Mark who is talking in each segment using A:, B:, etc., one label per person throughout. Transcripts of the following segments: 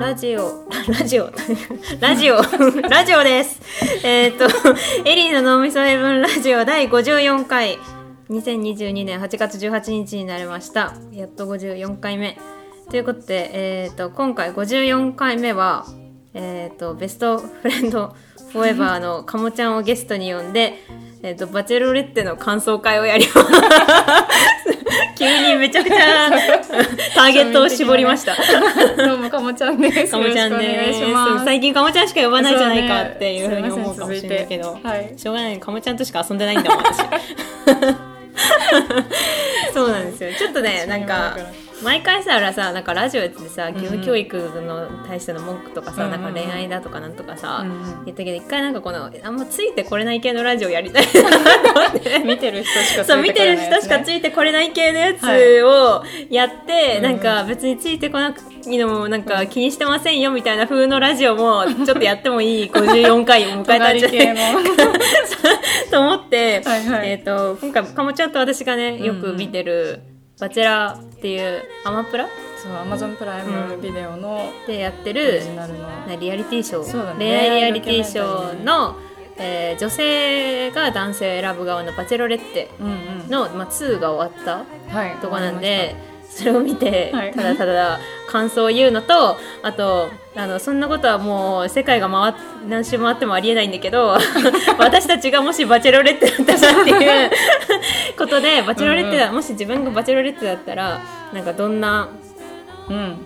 A: ラジオ、ラジオ、ラジオ、ラジオです。えーっ、と、エリーの脳みそヘブンラジオ第54回、2022年8月18日になりました。やっと54回目。ということで、えーっ、と、今回54回目は、えーっ、と、ベストフレンドフォーエバーのかもちゃんをゲストに呼んで、えーっ、と、バチェロレッテの感想会をやります。 急にめちゃくちゃターゲットを絞りました。
B: どうもかもちゃんです。
A: かもちゃん
B: よろしくお願
A: で
B: い
A: す
B: します。
A: 最近かもちゃんしか呼ばないじゃないかっていうふうに思うかもしれないけど、
B: そうねすいません続いてはい
A: しょうがないかもちゃんとしか遊んでないんだもん私 そうなんですよちょっとねなんか毎回さらさなんかラジオやっててさ義務教育の対しての文句とかさ、
B: うんうん
A: なんか恋愛だとかなんとかさ、
B: うんうん
A: 言ったけど一回なんかこのあんまついてこれない系のラジオやりたい
B: 見てる人しかついてこれないやつね
A: そう見てる人しかついてこれない系のやつをやって、なんか別についてこなくいいのもなんか気にしてませんよみたいな風のラジオ もちょっとやってもいい54回を迎えたん
B: 隣
A: じゃな
B: 系
A: い
B: の
A: か と思って、
B: はいはい
A: えっ、と今回かもちゃんと私がねよく見てる「バチェラー」っていうアマプラ
B: そう Amazon プライムビデオの
A: でやって
B: オリ
A: る
B: ジナルの
A: なリアリティショ
B: そうだね
A: ー、恋愛リアリティショーの、えー女性が男性を選ぶ側の「バチェロレッテ
B: うんうん」
A: の、まあ、2が終わった
B: はい
A: とこなんでそれを見て
B: はい
A: ただただ感想を言うのとあとあのそんなことはもう世界が回っ何周回ってもありえないんだ けど私たちがもしバチェロレッテだったらっていうことでバチェロレッテだ、もし自分がバチェロレッテだったらなんかどんな
B: 終わりまし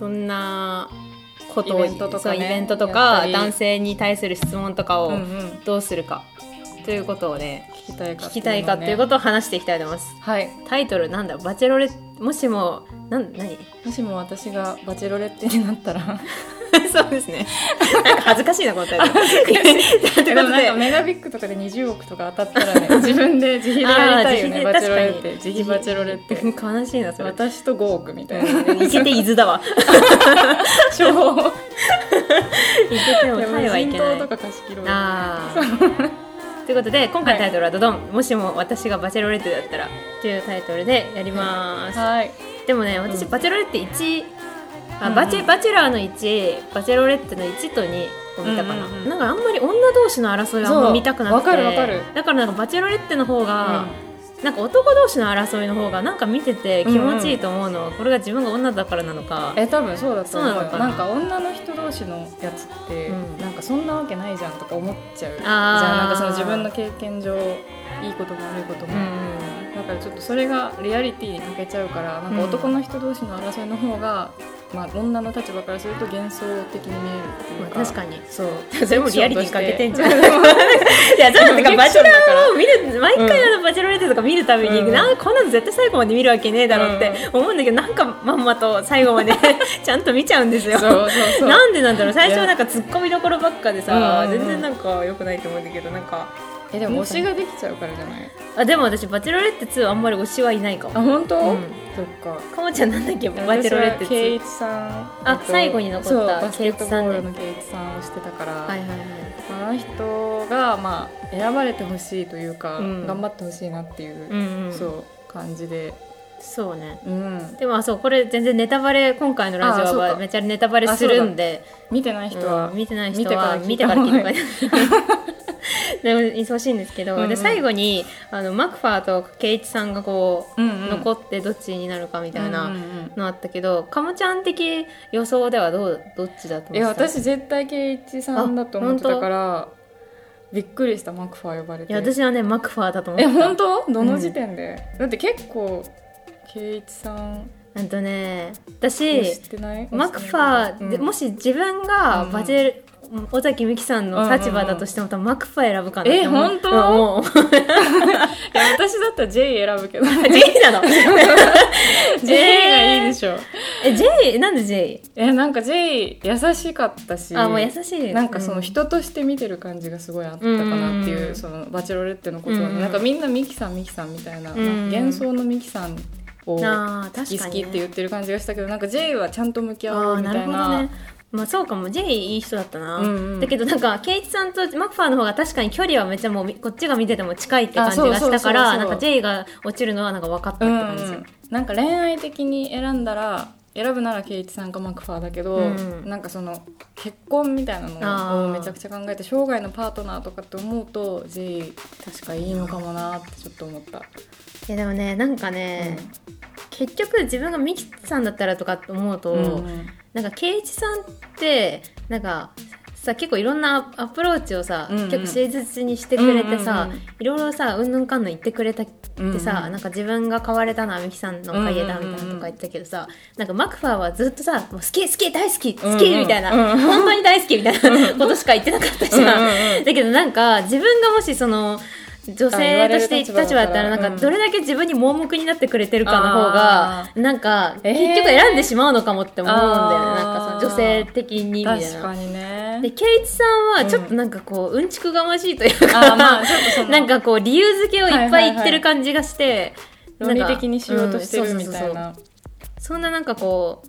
A: どんなことを
B: イベントとかね
A: そうイベントと
B: やっ
A: か
B: ぱり
A: 男性に対する質問とか
B: たう
A: を
B: んうんうん
A: どうするかということをね
B: 聞きたいか
A: 聞きたいかっていうこととを話していきたいと思います。
B: はい
A: タイトルなんだバチェロレもしもな ん何
B: もしも私がバチェロレッテになったら
A: そうですねなんか恥ずかしいなこのタイトルと
B: で
A: いう
B: も
A: こと
B: なん
A: で
B: かメガビッグとかで20億とか当たったらね 自分で自費でやりたいよね
A: あー
B: バチェロレッ
A: 自
B: テ
A: 費
B: 自費バチェロレッテ
A: 悲しいなそれ
B: 私と5億みたい な
A: うんいけて伊豆だわ
B: 情報
A: いけて
B: で
A: も
B: も
A: タイはい
B: 人
A: けな
B: 頭
A: い
B: とか貸し切ろうよ
A: あーということで今回のタイトルは「ドドン、もしも私がバチェロレッテだったら」というタイトルでやります、
B: はい
A: でもね私
B: うん
A: バチェロレッテ1あ
B: うん
A: バチェバチェラーの1バチェロレッテの1と2を見たかな、
B: うんうんうん
A: なんかあんまり女同士の争いはあんま見たくなくて
B: そうわかるわかる
A: だからなんかバチェロレッテの方が、なんか男同士の争いの方がなんか見てて気持ちいいと思うの、これが自分が女だからなのか
B: え多分そうだと思う
A: そうな
B: よ
A: のかな
B: なんか女の人同士のやつって、
A: うん
B: なんかそんなわけないじゃんとか思っちゃうじゃ
A: あー
B: あなんかその自分の経験上いいことも悪いこと
A: う
B: も、
A: ん
B: だからちょっとそれがリアリティに欠けちゃうからなんか男の人同士の争いの方が、まあ、女の立場からすると幻想的に見えるっていう
A: まあ
B: か、
A: 確かに
B: そう
A: それもリアリティに欠けてんじゃん い
B: フィクションとして
A: やそうなんだからバチェラ
B: フィクションだから
A: ーを見る毎回あのバチェロレッテとか見るたびに、
B: うん
A: なんかこんなの絶対最後まで見るわけねえだろうって思うんだけど、なんかまんまと最後まで ちゃんと見ちゃうんですよ
B: そうそうそう
A: なんでなんだろう最初はなんかツッコミどころばっかでさ、
B: うんうんうん
A: 全然なんか良くないと思うんだけどなんか
B: えでも推しができちゃうからじゃない
A: あでも私バチェロレッテ2あんまり推しはいないか
B: あ
A: も
B: 本当、
A: うん
B: そっか
A: かもちゃんなんだっけバチェロレッ
B: 私
A: テ
B: は圭
A: 2
B: 一さん
A: あ
B: えっと
A: 最後に残った
B: そうバスケットボール
A: 圭一さ
B: の
A: ん
B: 圭一さんをしてたから、
A: はいはいはい
B: あの人がまあ選ばれてほしいというか、
A: うん
B: 頑張ってほしいなっていう、
A: うんうん
B: そう感じで
A: そうね
B: うん
A: でもあそうこれ全然ネタバレ今回のラ
B: あ
A: ジオ
B: そう
A: は
B: か
A: めちゃネタバレするんで
B: 見てない人
A: う
B: は、
A: ん見てない人は見
B: 見
A: て
B: て
A: か
B: からら
A: 聞
B: 聞
A: い
B: い
A: て
B: て
A: くだ さいでも忙しいんですけど、
B: うんうん
A: で最後にあのマクファーと圭一さんがこう、
B: うんうん
A: 残ってどっちになるかみ
B: み
A: たいなのあったけど、かもちゃん的予想ではどうどっちだと
B: い
A: 思
B: や
A: ってた
B: 私絶対圭一さんだと思ってたからびっくりしたマクファー呼ばれ
A: い
B: て
A: や私はねマクファーだと思っ
B: え
A: てた
B: 本当どの時点で、だって結構圭一さん
A: うんとね
B: 推
A: 私
B: してない
A: マクファーで、
B: うん
A: もし自分が
B: うん
A: バチェル、尾崎美紀さんの立場だとしても、多分マクファー選ぶかなって思う
B: え本当
A: うん もう
B: いや私だったら J 選ぶけど
A: J なの
B: J がいいでしょ
A: え J なんで J?
B: えなんか J 優しかったし
A: あもう優しい
B: なんかその
A: 人
B: 人として見てる感じがすごいあったかなっていう、
A: うん
B: そのバチェロレッテのことを、
A: うん
B: なんかみんなミキさんミキさんみたいな,、
A: うん
B: 幻想のミキさんを好
A: あー確
B: き
A: か
B: 好
A: に、
B: き
A: ね、
B: って言ってる感じがしたけどなんか J はちゃんと向き
A: あ
B: 合おう
A: ー
B: みた
A: ないる
B: な
A: ほどねまあそうかも J いい人だったな、
B: うんうん
A: だけどなんか圭一さんとマクファーの方が確かに距離はめっちゃもうみこっちが見てても近いって感じが
B: あそ
A: し
B: うそうそ
A: た
B: うそ
A: か
B: う
A: らなんか J が落ちるのはなんか分かったって
B: うんう
A: 感じ、
B: んなんか恋愛的に選んだら選ぶなら圭一さんかマクファーだけど、
A: うん
B: なんかその結婚みたいなのをめちゃくちゃ考えて生涯のパートナーとかって思うと J 確かいいのかもなってちょっと思った、
A: いやでもねなんかね、結局自分がミキさんだったらとかって思うと、
B: ん
A: なんか圭一さんってなんかさ結構いろんなアプローチをさ、
B: うんうん
A: 結構誠実にしてくれて
B: う
A: さ、
B: んうんうん
A: いろいろさうんぬんかんぬん言ってくれたってさ、
B: うんうん
A: なんか自分が買われたのは美樹さんのおかげだみたいなとか言ってたけどさ、なんかマクファーはずっとさ「もう好き好き大好き好き」
B: うんうん
A: みたいな、
B: うんうん
A: 本当に大好きみたいなことしか言ってなかったじゃ
B: う
A: ん。
B: んうんうん
A: だけどなんか自分がもしその女性として立場だったらなんかどれだけ自分に盲目になってくれてるかの方が
B: あ
A: なんか
B: えー
A: 結局選んでしまうのかもって思うんだよね、
B: あー
A: なんかその女性的にみたい
B: 確か
A: な。
B: にね
A: で圭一さんはちょっとなんかこう、うん、ちくがましいという
B: あ
A: か、
B: ーまあちょっとその
A: なんかこう理由付けをいっぱい言ってる感じがして、
B: 論理
A: なんか
B: 的にしようとして
A: う
B: る
A: ん
B: みた
A: そうそう
B: い
A: そう
B: な
A: そんななんかこ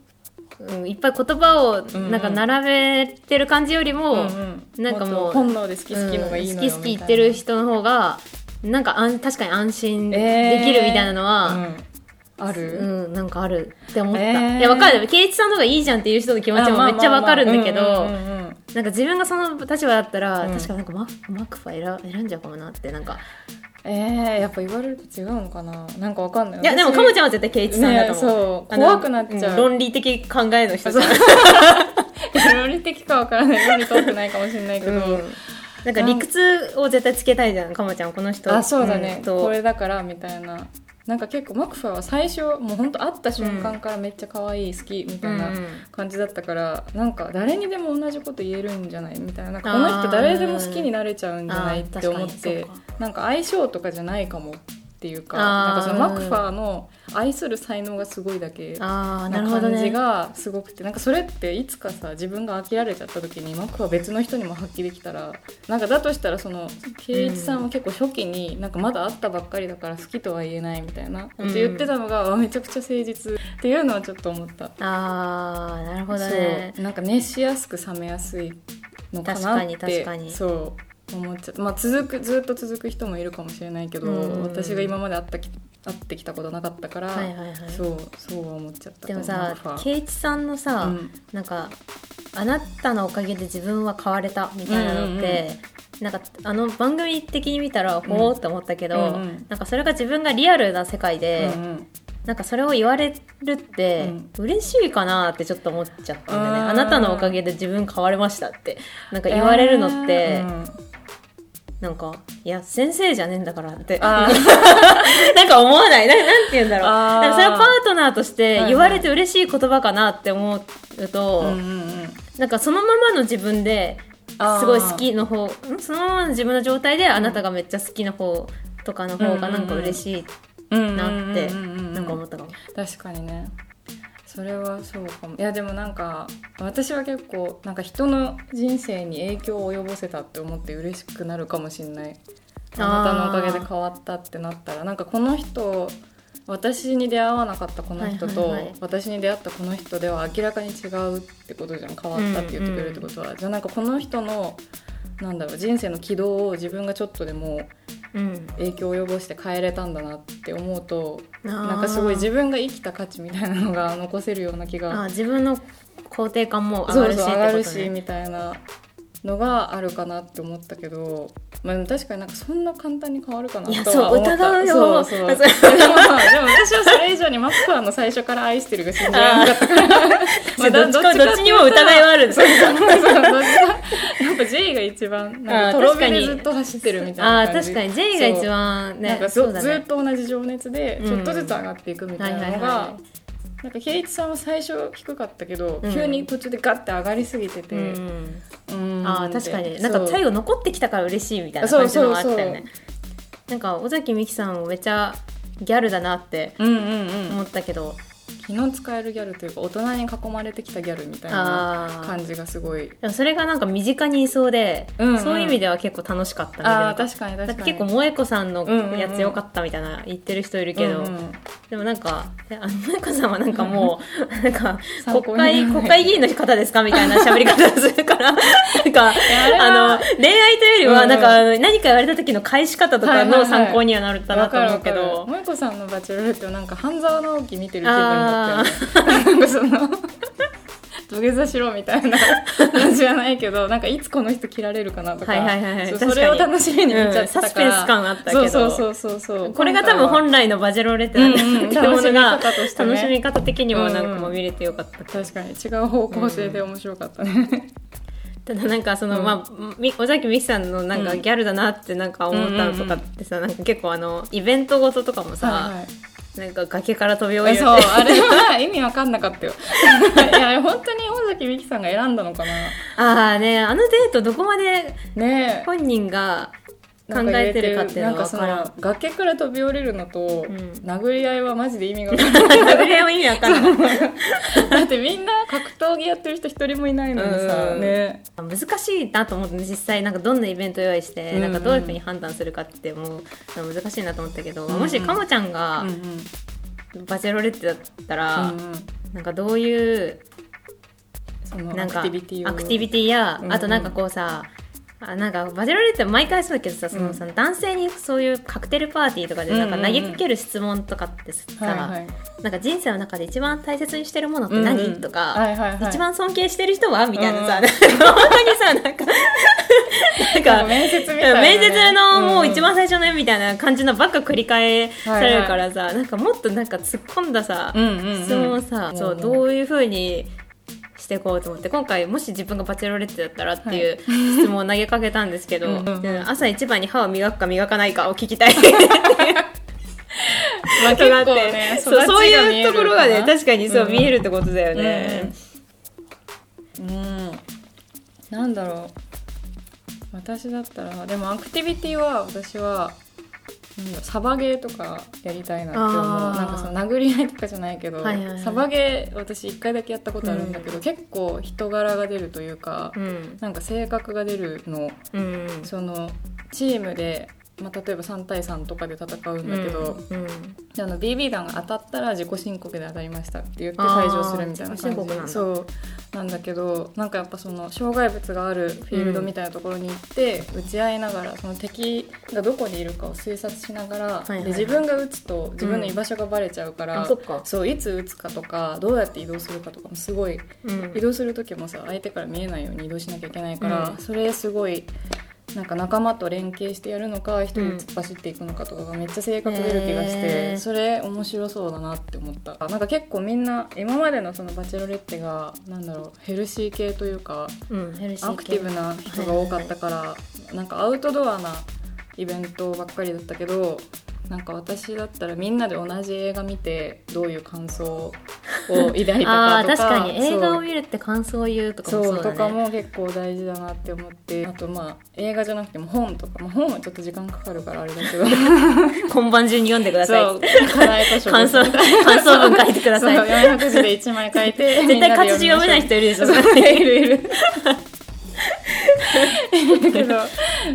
A: う、うん、いっぱい言葉をなんか並べてる感じよりも、
B: うんうん
A: なんかもう
B: っと本能で好き好きのがいい
A: うん
B: の
A: 好き
B: よ
A: 好き言ってる人の方がなんかあん確かに安心できるみたいなのは、
B: ある、
A: うんなんかあるって思った、
B: えー
A: いやわかる圭一さんの方がいいじゃんっていう人の気持ちもめっちゃわかるんだけど、
B: うんうんうんうん
A: なんか自分がその立場だったら、
B: うん
A: 確かなんかママクファ選選んじゃうかもなってなんか
B: えー、やっぱ言われると違うのかななんかわかんない
A: いやでもかもちゃんは絶対圭一さんだと思う,
B: ね、そう
A: あの、
B: 怖くなっちゃう、
A: ん論理的考えの人じゃん
B: 論理的かわからない論理通ってないかもしれないけど、
A: うんなんか理屈を絶対つけたいじゃんかもちゃんこの人
B: あそうだね、
A: ん
B: ことれだからみたいななんか結構マクファーは最初もうほんと会った瞬間からめっちゃ可愛い好きみたいな
A: うんうん
B: 感じだったから、なんか誰にでも同じこと言えるんじゃないみたいななんか
A: あ
B: こ
A: ー
B: の人誰でも好きになれちゃうんじゃない
A: あ
B: っ
A: ー
B: て思っ
A: 確
B: て
A: かにそう
B: なんか相性とかじゃないかもっていうか
A: あー
B: なんかそのマクファーの愛する才能がすごいだけ
A: ああ
B: な
A: なるほど
B: 感じ
A: ね
B: がすごくてなんかそれっていつかさ自分が飽きられちゃった時にマックは別の人にも発揮できたらなんかだとしたらその圭一さんは結構初期になんかまだ会ったばっかりだから好きとは言えないみたいなこと言ってたのが、あめちゃくちゃ誠実っていうのはちょっと思った。
A: ああなるほどね
B: そうなんか熱しやすく冷めやすいのかなって
A: 確かに確かに
B: そう思っちゃうまあ続くずっと続く人もいるかもしれないけど、
A: うん
B: 私が今まで会ったき会ってきたことなかったから、
A: はいはいはい
B: そうそうは思っちゃった
A: でも
B: なん
A: さ
B: か
A: 圭一さんのさ、
B: うん
A: なんか「あなたのおかげで自分は変われた」みたいなのって、
B: うん
A: なんかあの番組的に見たらほーって思ったけど、
B: うんうん
A: なんかそれが自分がリアルな世界で、
B: うんうん
A: なんかそれを言われるって嬉しいかなってちょっと思っちゃったんだよね、
B: うん
A: あなたのおかげで自分変われましたってなんか言われるのって、
B: えー
A: なんかいや先生じゃねえんだからって
B: あ
A: なんか思わないななんて言うんだろう
B: あー
A: なんかそれはパートナーとして
B: はい
A: 言われて嬉しい言葉かなって思うと、
B: ーうんうんうん
A: なんかそのままの自分で
B: あー
A: すごい好きの方んそのままの自分の状態であなたがめっちゃ好きな方とかの方がなんか嬉しい
B: う
A: なって
B: んうんうんうんうん
A: なんか思ったかも。
B: 確かにねそれはそうかもいやでもなんか私は結構なんか人の人生に影響を及ぼせたって思って嬉しくなるかもしれない
A: あー
B: あなたのおかげで変わったってなったらなんかこの人私に出会わなかったこの人と、
A: はいはいはい
B: 私に出会ったこの人では明らかに違うってことじゃん変わったって言ってくれるってことは、じゃあなんかこの人のなんだろう人生の軌道を自分がちょっとでも
A: うん、
B: 影響を及ぼして変えれたんだなって思うと
A: あー
B: なんかすごい自分が生きた価値みたいなのが残せるような気
A: あー
B: が
A: 自分の肯定感も上
B: そ
A: が
B: う
A: るし
B: そう
A: っ
B: 上が
A: て
B: る
A: こと
B: し
A: ね。
B: みたいなのがあるかなって思ったけど、まあ、でも確かになんかそんな簡単に変わるかなと
A: いや
B: は
A: そう
B: 思った
A: 疑うよ
B: そうそう
A: あ
B: で
A: そ
B: も
A: う
B: でも私はそれ以上にマックはあの最初から愛してるが信じられなかったから まあ
A: どっちか
B: ど
A: どっちにも疑いはあるんです
B: そうそうそうどっちかやっぱ J が一番なんか
A: あー
B: とろ火
A: 確か
B: で
A: に
B: ずっと走ってる みたい
A: あ
B: な
A: ー
B: 感
A: 確
B: じ
A: かに J が一番ね
B: なんかず
A: そうだ
B: ずっ
A: ね
B: と同じ情熱で
A: うん
B: ちょっとずつ上がっていくみたいなの
A: はいはい
B: が
A: は、
B: なんか圭一さんは最初低かったけど、
A: うん
B: 急に途中でガッて上がりすぎてて、
A: うん
B: うーん
A: あー確かになんか
B: そう
A: 最後残ってきたから嬉しいみたいな感じのもあったよね
B: そうそう
A: なんか尾崎美紀さんもめちゃギャルだなって
B: うんうんう
A: 思
B: ん
A: ったけど、
B: 気の使えるギャルというか大人に囲まれてきたギャルみたいな
A: あー
B: 感じがすごい
A: でもそれがなんか身近にいそうで、
B: うんうん
A: そういう意味では結構楽しかったね
B: あー
A: でも
B: 確かに確
A: だ
B: か
A: って
B: に
A: 結構萌子さんのやつ良かったみたいな言ってる人いるけど、
B: うんうん
A: でもなんかえあの萌子さんはなんかもうなんか
B: 参
A: 国
B: 考にならな
A: 会
B: い
A: 国会議員の方ですかみたいな喋り方をするか らなんか
B: あれは
A: あの恋愛というより
B: うん
A: は
B: うん
A: なんか、あの何か言われた時の返し方とかの参考にはなるかな
B: わ
A: と
B: かる
A: 思
B: わ
A: うけ
B: かる
A: ど。
B: 萌子さんの「バチェロレッテ」をなんか半沢直樹見てる気分になっ思ってなんかその土下座しろみたいな 感じじゃないけどなんかいつこの人切られるかなとか
A: はいはいはいはい
B: そう
A: 確かに
B: それを楽しみに見ちゃってたから、
A: うんサスペンス感あったけど
B: そうそうそうそうそう
A: これが多分本来のバジェロレッテなんだ
B: うんうん
A: けど、ものが
B: 楽しみ方としてね
A: 楽しみ方的にもなんかもう見れてよかった、
B: 確かに違う方向性で面白かったね、
A: ただなんかその、
B: うん
A: まあみ尾崎美紀さんのなんか
B: うん
A: ギャルだなってなんか思ったのとかってさ、なんか結構あのイベントごととかもさ、
B: はいはい
A: なんか崖から飛び降
B: え
A: りる
B: そうあれは意味わかんなかったよ いやあれ本当に尾崎美紀さんが選んだのかな
A: ああねあのデートどこまで
B: ねえ
A: 本人が考えてるかっていう
B: な
A: の
B: ん
A: は
B: か
A: 分
B: そ
A: からん
B: の崖から飛び降りるのと、
A: うん
B: 殴り合いはマジで意味が分かんな
A: それも意味わかんない
B: い だってみんな格闘技やってる人一人もいないのにさ、
A: うん
B: ね
A: 難しいなと思って実際なんかどんなイベント用意して、
B: うん
A: なんかどういうふうに判断するかってもう難しいなと思ったけど、
B: うんうん
A: もしかもちゃん
B: う
A: が
B: んうん
A: バチェロレッテだったら、
B: うんうん
A: なんかどういう
B: その
A: な
B: ア
A: ん
B: ク
A: か
B: ティビティを
A: アクティビティや、
B: うんうん
A: あとなんかこうさあなんかバチェロレッテは毎回そうだけどさそのさ、男性にそういうカクテルパーティーとかでなんか
B: うんうんう
A: 投
B: ん
A: げかける質問とかってさ、
B: はいはい
A: なんか人生の中で一番大切にしてるものって何、
B: うんうん
A: とか、
B: はいはいはい
A: 一番尊敬してる人はみたいなさ、
B: うんう
A: 本当にさなん かなん
B: なん
A: か
B: か面接みたいなね、
A: 面接のもう一番
B: 最
A: 最初のみたいな感じのばっか繰り返されるからさ、なんかもっとなんか突っ込んださ、質問をさ、そうどういうふうにしていこうと思って今回もし自分がバチェロレッテだったらっていう質問を投げかけたんですけど、
B: うんうん
A: うん朝一番に歯を磨くか磨かないかを聞きたい
B: まあ、結構ね
A: そうそういうところがね
B: 確
A: 確かにそう、
B: うん
A: 見えるってことだよね。
B: うんなんだろう私だったらでもアクティビティは私はなんだサバゲーとかやりたいなって思
A: あ
B: う
A: ー
B: なんかその殴り合いとかじゃないけど、
A: はいはいはい
B: サバゲー私一回だけやったことあるんだけど、結構人柄が出るというか、
A: うん
B: なんか性格が出るの
A: うん
B: そのチームで、まあ、例えば3対3とかで戦うんだけど、
A: うんうん
B: であの BB 弾が当たったら自己申告で当たりましたって言って退場するみたいな
A: あー自己
B: 感
A: 申告なんだ
B: じそうなんだけどなんかやっぱその障害物があるフィールドみたいなところに行って、打ち合いながらその敵がどこにいるかを推察しながら、
A: いはい
B: で自分が打つと自分の居場所がバレちゃうから、
A: あそっか
B: そういつ打つかとかどうやって移動するかとかもすごい
A: うん
B: 移動する時もさ相手から見えないように移動しなきゃいけないから、
A: うん
B: それすごいなんか仲間と連携してやるのか一人で突っ走っていくのかとかがめっちゃ性格出る気がして、
A: へー
B: それ面白そうだなって思ったなんか結構みんな今までのそのバチェロレッテがなんだろうヘルシー系というか
A: うんヘルシー系
B: アクティブな人が多かったから、なんかアウトドアなイベントばっかりだったけどなんか私だったらみんなで同じ映画見てどういう感想を抱いたかとか
A: あー確かに
B: そう
A: 映画を見るって感想を言うとか
B: そ
A: も
B: う
A: そうだ
B: とか
A: ね
B: も結構大事だなって思ってあとまあ映画じゃなくても本とか、まあ、本はちょっと時間かかるからあれだ けど
A: 今晩中に読んでくださいっ
B: そ
A: つっ
B: う
A: て
B: 課題図書
A: 感想感想文書いてください
B: そう400字で1枚書いて
A: 絶対活字読めない人いるでしょそれ
B: いるいるけど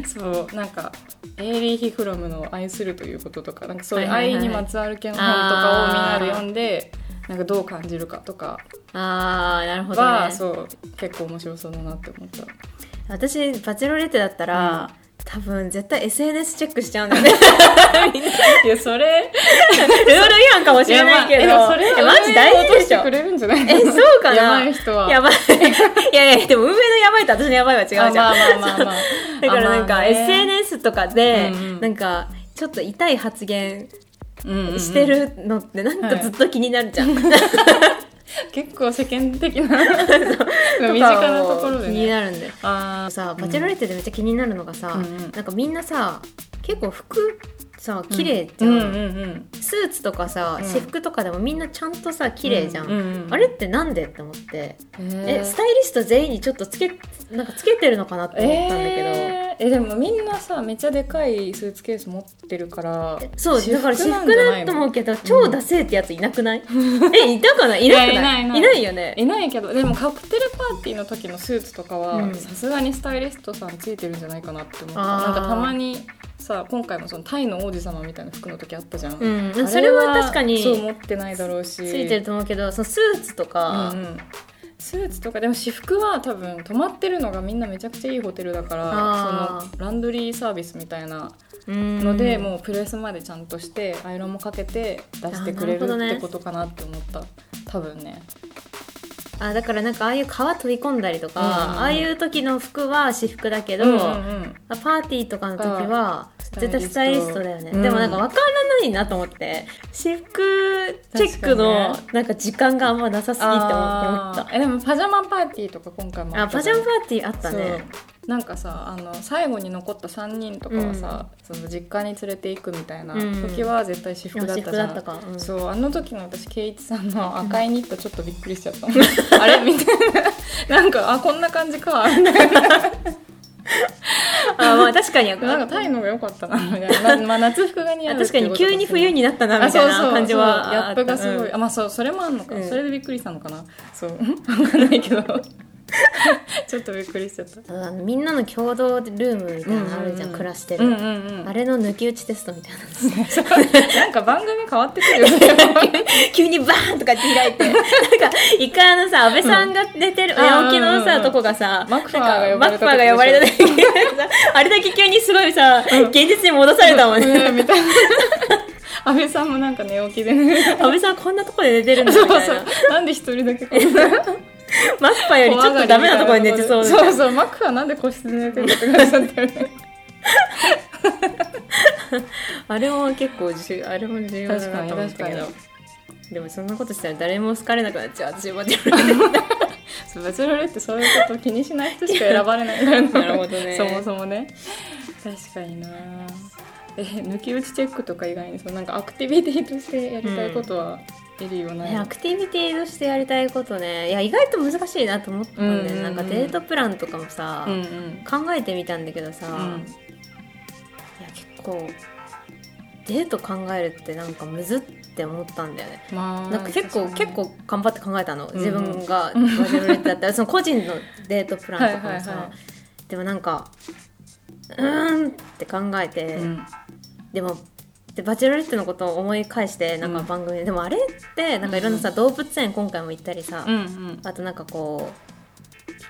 B: そうなんかエーリー・ヒフロムの「愛する」ということとかなんかそういう
A: はいはい
B: 愛
A: はい
B: にまつわる系の本とかをみんなで読んでなんかどう感じるかとか
A: ああなるほど
B: は、
A: ね
B: そう結構面白そうだなって思った。
A: 私バチェロレッテだったら、多分絶対 SNS チェックしちゃうんだ よね
B: いやそれ
A: ルール違反かもしれないけど
B: いやまあえでもそれは
A: マジ大事でしょ
B: 運営が落としてくれるんじゃないの
A: えそうかな
B: やばい人は
A: やばいいやいやでも運営のやばいと私のやばいは違うじゃ
B: あ
A: ん、
B: まあまあまあまあ
A: だからなん
B: あま
A: か
B: あね
A: SNS とかで、
B: うんうん
A: なんかちょっと痛い発言
B: うんうんうん
A: してるのってなんかずっと気になるじゃん、
B: 結構世間的な 身近なところで
A: 気に
B: ね
A: なるんだよ
B: あー
A: さバチェロレッテでめっちゃ気になるのがさ、
B: うんうん
A: なんかみんなさ結構服さ綺麗じ
B: う
A: ゃん、
B: んうんうん
A: スーツとかさ、
B: うん
A: 私服とかでもみんなちゃんとさ綺麗じゃん、
B: うんうんうん
A: あれってなんでって思って、
B: え
A: えスタイリスト全員にちょっとつけなんかつけてるのかなって思ったんだけど、
B: えーえでもみんなさめっちゃでかいスーツケース持ってるから
A: そうだから私
B: なん
A: 服
B: じゃな
A: だ
B: い
A: と
B: の
A: 思うけど超ダセーってやついなくない、えい たかないなくない
B: いやいないいない
A: よね
B: いないけどでもカクテルパーティーの時のスーツとか
A: う
B: は
A: ん
B: さすがにスタイリストさんついてるんじゃないかなって思った
A: あー
B: なんかたまにさ今回もそのタイの王子様みたいな服の時あったじゃん、
A: うん
B: あれ
A: それは確かに
B: そう持ってないだろうし
A: ついてると思うけどそのスーツとか、
B: うんうんスーツとかでも私服は多分泊まってるのがみんなめちゃくちゃいいホテルだか
A: あ
B: ら
A: ー
B: そのランドリーサービスみたいな
A: の
B: ので、もうプレスまでちゃんとしてアイロンもかけて出してくれる
A: あーなるほどね
B: ってことかなって思った多分ね
A: あだからなんかああいう皮飛び込んだりとか、
B: うん
A: ああいう時の服は私服だけど、
B: うんうん
A: あ
B: うん
A: パーティーとかの時は
B: スタイ
A: 絶
B: リスト
A: 対スタイリストだよね、
B: うん
A: でもなんか分からないなと思って私服チェックの
B: 確
A: なんか時間があんまなさすぎって思
B: あ
A: った
B: ーえでもパジャマパーティーとか今回も
A: あ
B: った
A: パ
B: じ
A: ジ
B: ゃ
A: ャ
B: ん
A: マパーティーあったね
B: そうなんかさあの最後に残った3人とかはさ、その実家に連れていくみたいな
A: うん
B: 時は絶対私服だ
A: あ
B: っ
A: 私
B: た
A: 服
B: じ
A: だ
B: ゃ
A: った
B: ん、
A: か、うん
B: そうあの時の私圭一さんの赤いニットちょっとびっくりしちゃったもんあれみたいななんかあこんな感じ か
A: あまあ確かに
B: なんかタイの方が良かったなみたいな、なまあ、夏服が似合
A: あ
B: う
A: 確かに急に冬
B: に
A: になったな みたいな感じは
B: ギャップがすごい、
A: あ
B: あまあそうそれもあんのか、
A: うん
B: それでびっくりしたのかなそう分かんないけど ちょっとびっくりしちゃった
A: ったうんあのみんなの共同ルームみたいなのあるじゃん、暮らしてる、
B: うんうんうん
A: あれの抜き打ちテストみたいな
B: なんか番組変わってくる よね。
A: 急にバーンとかって開い てなんか一回あのさ安倍さんが出てる
B: うん
A: 寝起きの
B: うんうんう
A: さ
B: ん
A: とこがさ
B: マクファーが呼ばれた
A: なんかマクファーが呼ばれた時にさあれだけ急にすごいさ現実に戻されたもんね
B: みたいな。安倍さんもなんか寝起きでね。
A: 安倍さんこんなとこで寝てるんだ
B: そう
A: みたい
B: そ
A: な
B: う。なんで一人だけこんな
A: マクファーよりちょっとダメなとこで寝てそう
B: そううそう。マクファーなんで個室で寝てるのって感じだったよね。
A: あれも結構じゅあれも重要だなと思った
B: 確
A: け
B: かに
A: ど
B: 確
A: でもそんなことしたら誰も好かれなくなっちゃう私も
B: そうバチェロレってそういうこと気にしない人しか選ばれないから
A: なるほどね
B: そもそもね。確かになえ、抜き打ちチェックとか以外にそのなんかアクティビティとしてやりたいことはエリーはない
A: アクティビティとしてやりたいことねいや意外と難しいなと思ったんだよ
B: うんうんう
A: ね
B: ん
A: なんかデートプランとかもさ
B: うんうん。
A: 考えてみたんだけどさ、
B: うん
A: いや結構デート考えるってなんかむずって思ったんだよね
B: まあ、
A: なんか結
B: 確か
A: 構
B: に
A: 結構頑張って考えたの
B: ん
A: 自分がバジルレッドだったらその個人のデートプランとかも
B: はいはい
A: さ
B: は
A: でもなんかうーんって考えて、
B: うん
A: でもでバチェロレッテのことを思い返してなんか
B: うん
A: 番組で、でもあれってなんかいろんなさ、
B: うん
A: 動物園今回も行ったりさ、
B: うんうん
A: あとなんかこ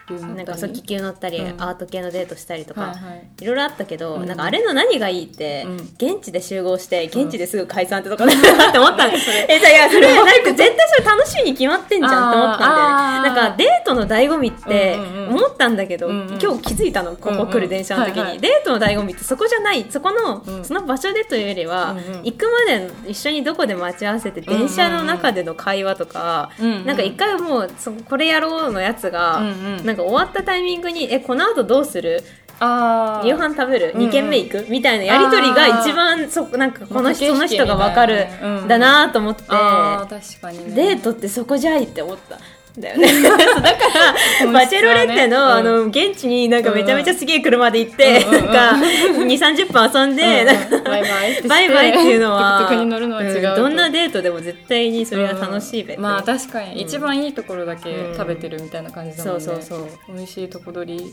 B: 理由
A: う
B: もあったり
A: なんかそう気球乗ったり、
B: うん
A: アート系のデートしたりとか、
B: はいはい
A: いろいろあったけど、
B: うん
A: なんかあれの何がいいって、
B: うん
A: 現地で集合して現地ですぐ解散ってとこだなって思っ たのえ
B: 何それ
A: じゃあいやそれなんか絶対それ楽しみに決まってんじゃんって思ったん
B: あー
A: で、ね、なんかデートの醍醐味って
B: うんうんうん
A: 思ったんだけど、
B: うんうん
A: 今日気づいたのここ来る電車の
B: う
A: 時に、
B: んうんはいはい
A: デートの醍醐味ってそこじゃないそこの、
B: うん
A: その場所でというよりは、
B: うんうん
A: 行くまで一緒にどこで待ち合わせて電車の中での会話とか、
B: うんうん
A: なんか一回もうそこれやろうのやつが、
B: うんうん
A: なんか終わったタイミングにえこの後どうする
B: あー
A: 夕飯食べる
B: うんうん
A: 2軒目行くみたいなやり取りが一番そなんかこの人その人が分かる
B: 駆け引きみたいなねうん
A: だなと思って
B: あー確かにね
A: デートってそこじゃいって思った。だよね、そうだから、
B: ね
A: バチェロレッテの,、
B: うん
A: あの現地になんかめちゃめちゃすげえ車で行って、
B: うんうん
A: なんか2 3 0分遊んで、なんか
B: うんうんバイバイってして
A: バイバイっていうのは
B: トゥクトゥクに乗るのは違う
A: うん
B: と
A: どんなデートでも絶対にそれは楽しいべ、
B: うんまあ確かに一番いいところだ
A: う
B: け
A: ん
B: 食べてるみたいな感じだ
A: そ
B: もん
A: う
B: ね
A: そうそう
B: 美味しいとこ取り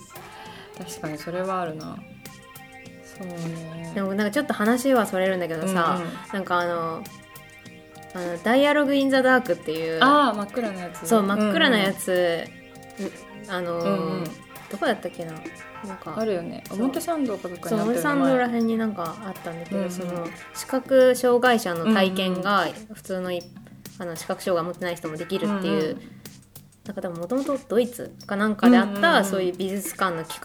B: 確かにそれはあるなそうね
A: でもなんかちょっと話はそれるんだけどさ、
B: うんうん
A: なんかあの「あのダイアログ・イン・ザ・ダーク」っていう
B: ああ真っ暗なやつ
A: そう真っ暗なやつ、うあの
B: う
A: ー
B: んうん、うんうん
A: どこだったっけななん
B: あ
A: か
B: るよね
A: そう
B: 表参道かどっか
A: そ
B: にあったよ
A: う
B: ね
A: 森さんのらへんになんかあったんだけど、
B: うんうん
A: その視覚障害者の体験が普通のいあの視覚障害持ってない人もできるっていう、
B: うんうん
A: なんか多分もともとドイツかなんかであった、
B: うんうんうん
A: そういう美術館の企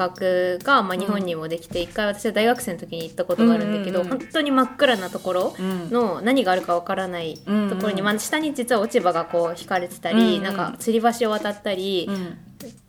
A: 画が、まあ、日本にもできて一回私は大学生の時に行ったことがあるんだけど、
B: うんうんうん
A: 本当に真っ暗なところ、
B: うん
A: の何があるかわからないところ
B: うんう
A: に、
B: ん
A: まあ、下に実は落ち葉がこう引かれてたり、
B: うんうん
A: なんか吊り橋を渡ったり、
B: う
A: っ
B: ん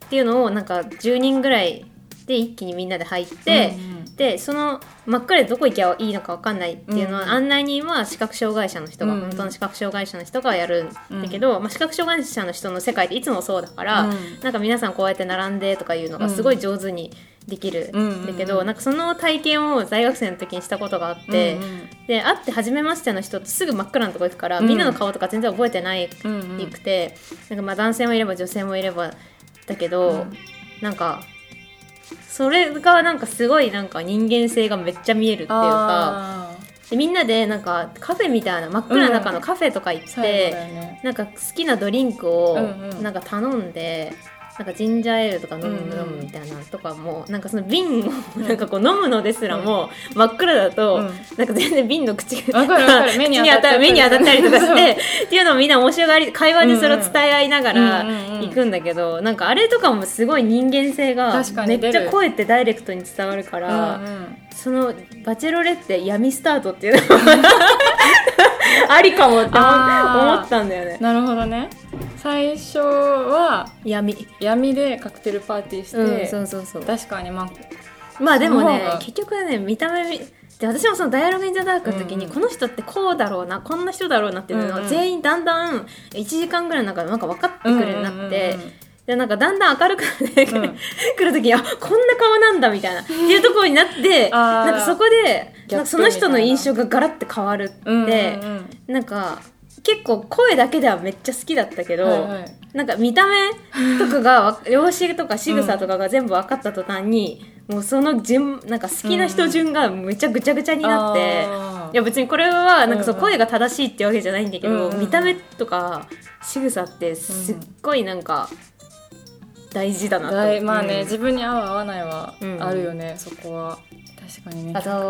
A: ていうのをなんか10人ぐらいで一気にみんなで入って、
B: うんうん
A: でその真っ暗でどこ行きゃいいのかわかんないっていうのは、
B: うん
A: 案内人は視覚障害者の人が、
B: うんうん
A: 本当の視覚障害者の人がやるんだけど、まあ、視覚障害者の人の世界っていつもそうだから、
B: うん
A: なんか皆さんこうやって並んでとかいうのがすごい上手にできるんだけど、
B: うんうんうん
A: なんかその体験を大学生の時にしたことがあって。
B: うん
A: で会って初めましての人ってすぐ真っ暗なとこ行くから、
B: うん
A: みんなの顔とか全然覚えてないく
B: うんうんうん
A: て、なんかまあ男性もいれば女性もいればだけど、
B: うん
A: なんかそれがなんかすごいなんか人間性がめっちゃ見えるっていうか
B: あー
A: でみんなでなんかカフェみたいな真っ暗な中のカフェとか行って、
B: 最後だよね
A: なんか好きなドリンクを
B: うんうん
A: なんか頼んで、なんかジンジャーエールとか飲む
B: うん
A: 飲むみたいなのとかもなんかその瓶をなんかこう飲むのですらも真っ暗だと、
B: うん
A: なんか全然瓶の口が
B: わかるわかる目に当たったり
A: 口目に当たったりとかしてっていうのをみんな面白がり会話でそれを伝え合いながら
B: うんうんうんうん
A: 行くんだけど、なんかあれとかもすごい人間性が
B: 確かに
A: めっ
B: 出る
A: ちゃ声ってダイレクトに伝わるから、その「バチェロレッテ闇スタート」っていうのも ありかもって思
B: あー
A: 思ったんだよね。
B: なるほどね最初は
A: 闇
B: 闇でカクテルパーティーして、
A: うん、そうそうそう
B: 確かにまあ
A: まあでも
B: その
A: ね
B: 方が
A: 結局ね見た目みで私もその「ダイアログ・イン・ザ・ダーク」の時に、
B: うんうん
A: この人ってこうだろうなこんな人だろうなっていうの
B: うんう
A: が
B: ん
A: 全員だんだん1時間ぐらいの中でなんか分かってくるようになって、
B: うんうんうん
A: でなんかだんだん明るくなってくる,、
B: うん
A: 時にあこんな顔なんだみたいなっていうところになって
B: あー
A: なんかそこでなんかその人の印象がガラッて変わるって、
B: うんうんうん
A: なんか結構声だけではめっちゃ好きだったけど。
B: はいはい
A: なんか見た目とかがわ容姿とか仕草とかが全部分かった途端に、もうその順なんか好きな人順がめちゃぐちゃぐちゃになって、
B: あー
A: いや別にこれはなんかそう
B: うんうん
A: 声が正しいってわけじゃないんだけど、
B: うんうん
A: 見た目とか仕草ってすっごいなんか大事だなと思っ
B: だ
A: て、
B: いまあね、
A: うん
B: 自分に合う合わないは
A: うん
B: あるよね、そこは確かにね
A: あとさ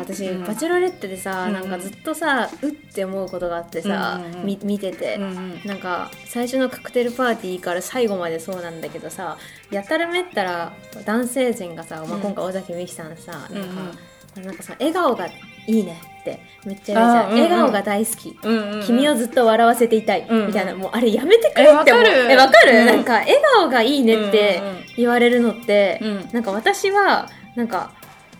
A: 私、
B: うん
A: バチェロレッテ」でさ、
B: うん
A: なんかずっとさうって思うことがあってさ、
B: うんうんうん
A: み見てて、
B: うんうん
A: なんか最初のカクテルパーティーから最後までそうなんだけどさやたらめったら男性陣がさ、まあ、
B: うん
A: 今回尾崎美紀さんさ、
B: うんう
A: なん
B: ん
A: かこれなんかさ笑顔がいいねってめっちゃ言うじゃん、
B: あーうんうん
A: 笑顔が大好き、
B: うんうんうん
A: 君をずっと笑わせていたい、
B: うんうん
A: みたいなもうあれやめてくれって思う
B: え
A: えわ
B: わ
A: か
B: か
A: る
B: るうん
A: なんか笑顔がいいねって
B: うんうんうん
A: 言われるのって、
B: うん
A: なんか私はなんか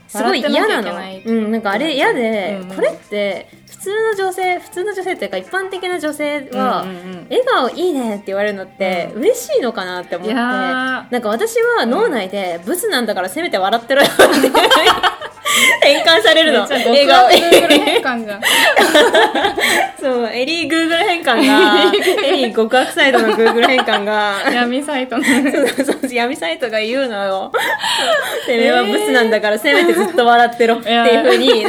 A: すごい嫌な
B: 笑っ
A: の
B: てなきゃいけ
A: うん、なんかあれ嫌で、
B: うんうん
A: これって普通の女性普通の女性というか一般的な女性は、
B: うんうん
A: 笑顔いいねって言われるのって
B: うん
A: 嬉しいのかなって思っ
B: い
A: て、
B: や
A: な
B: ー
A: んか私は脳内でブスなんだからせめて笑ってろよって 変換される
B: め
A: の
B: っちゃ
A: 笑
B: 顔
A: 顔
B: 変換じゃん
A: そうエリー Google 変 換がエリー極悪サイトの Google 変換が
B: 闇サイトの
A: そうそうそう闇サイトが言う のよてめえはブスなんだからせめてずっと笑ってろっていうふうに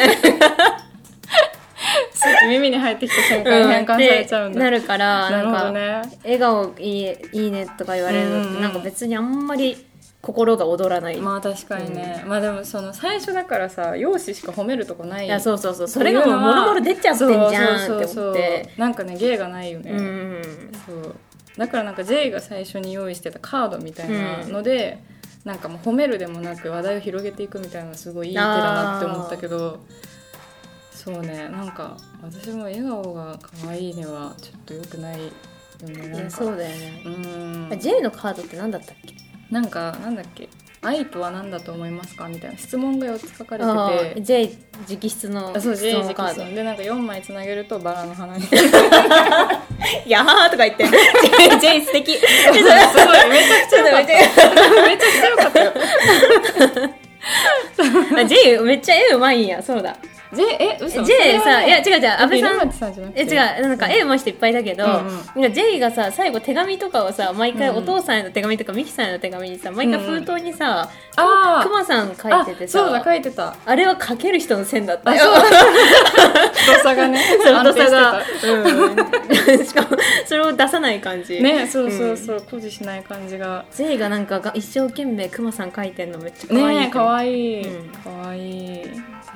B: スイッチ耳に入ってきた瞬間に変換されちゃうんだ、
A: なる から
B: なる
A: なん
B: ほ
A: か
B: どね
A: 笑顔いいいいねとか言われるのっ
B: うんう
A: て
B: ん
A: なんか別にあんまり心が躍らない、
B: まあ確かにね、まあでもその最初だからさ容姿しか褒めるとこない
A: いやそうそうそうそれがもうもろもろ出ちゃってんじゃんって思って
B: そうそうそうそうなんかね芸がないよね、
A: うん
B: そうだからなんか J が最初に用意してたカードみたいなので、なんかもう褒めるでもなく話題を広げていくみたいなのすごいいい手だなって思ったけどそうねなんか私も笑顔が可愛いねはちょっとよくないよね
A: い
B: なん
A: や
B: か
A: そううだよね、
B: ん
A: J のカードって何だったっけ
B: なんかなんだっけ愛とは何だと思いますかみたいな質問が4つ書かれ
A: あ
B: て
A: ー
B: て
A: J 直筆の
B: あそう
A: 質
B: J
A: 問
B: 直
A: カード
B: 筆でなんか4枚つなげるとバラの花にす
A: 「やー」とか言って「J 素敵
B: ごいめちゃくちゃ良かっためちゃくちゃ良かった よ
A: J めっちゃ絵うまいんやそうだ
B: J え嘘
A: J さいや違う違う安
B: 安倍
A: 倍さん
B: さんさんじゃなくて
A: え違うなんか絵うまい人いっぱいだけど、
B: うん
A: なんか J がさ最後手紙とかをさ毎回
B: うん
A: お父さんへの手紙とかミキさんへの手紙にさ毎回封筒にさ、
B: あ
A: クマさん書いててさ
B: そうだ書いてた
A: あれは書ける人の線だった
B: あ
A: よ
B: そう太さ がね
A: 太さが
B: 安定し、
A: うん、しかもそれを出さない感じ
B: てたねそうそうそう誇示しない感じが
A: J がなんかが一生懸命クマさん書いてんのめっちゃ可愛い
B: ねえか
A: い
B: わいい
A: うん
B: かわいい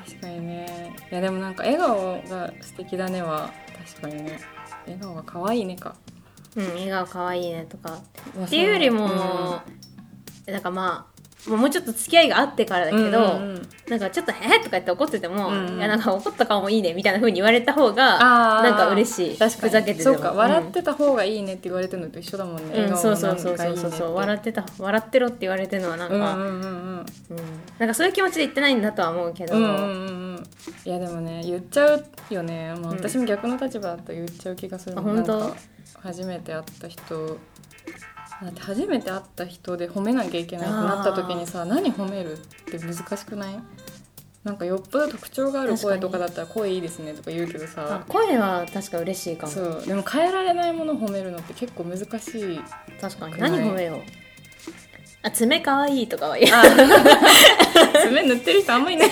B: 確かにねいやでもなんか笑顔が素敵だねは確かにね笑顔が可愛いねか
A: うん笑顔かわいいねとか
B: まあ
A: っていうよりも、
B: そ
A: なんかまあもうちょっと付き合いがあってからだ
B: うう
A: け
B: ん
A: ど、
B: うんうんうん
A: なんかちょっと「えっ?」とか言って怒ってても
B: う
A: 「
B: んうん
A: いやなんか怒った顔もいいね」みたいな風に言われた方が
B: あー
A: なんか嬉しい
B: 確かに
A: ふざけてて
B: そ
A: も
B: うか
A: うん
B: 笑ってた方がいいねって言われてるのと一緒だもんね、
A: うん、
B: 笑
A: そう
B: 顔
A: そ
B: の
A: うそう
B: が
A: そ
B: いういね
A: そ
B: っ
A: う
B: て
A: そう笑ってた笑ってろって言われてるのはなん
B: うん
A: か、
B: うんうんうん
A: うんなんかそういう気持ちで言ってないんだとは思うけど、
B: うんうんうんうんいやでもね言っちゃうよね、まあ、
A: うん
B: 私も逆の立場だったら言っちゃう気がする
A: あ本当
B: なんか初めて会った人だって初めて会った人で褒めなきゃいけないってなった時にさ何褒めるって難しくないなんかよっぽど特徴がある声とかだったら声いいですねとか言うけど
A: あ
B: さ
A: 声は確か嬉しいかも
B: そうでも変えられないものを褒めるのって結構難しい
A: 確かに
B: ない
A: 何褒めようあ爪かわいいとかは言う
B: あ 爪塗ってる人あんまりいない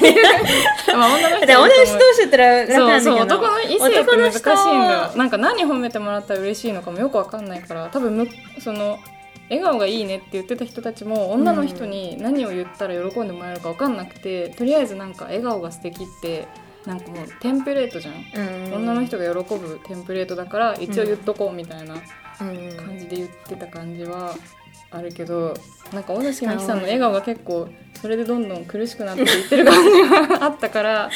B: まあ女の人いる
A: で
B: と思
A: 同
B: う
A: じ人同士だったら楽
B: そ
A: な
B: うん
A: だけ
B: そ
A: ど
B: う男の異性って
A: 男の
B: 難しい
A: 人
B: んだよ
A: は
B: なんか何褒めてもらったら嬉しいのかもよくわかんないから多分むその笑顔がいいねって言ってた人たちも女の人に何を言ったら喜んでもらえるか分かんなくて、とりあえずなんか笑顔が素敵ってなんかもうテンプレートじゃん、
A: うん
B: 女の人が喜ぶテンプレートだから一応言っとこうみたいな
A: うん
B: 感じで言ってた感じはあるけどなんか小梨真紀さんの笑顔が結構それでどんどん苦しくなっていってる感じがあったから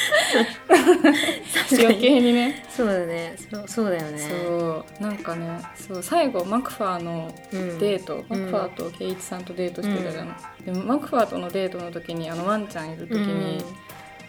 A: かに
B: 余計にね
A: そうだねそうそうだよね
B: そうなんかねそう最後マクファーの
A: うん
B: デート、
A: うん
B: マクファーと圭一さんとデートしてたじゃん、でもマクファーとのデートの時にあのワンちゃんいる時に、
A: うん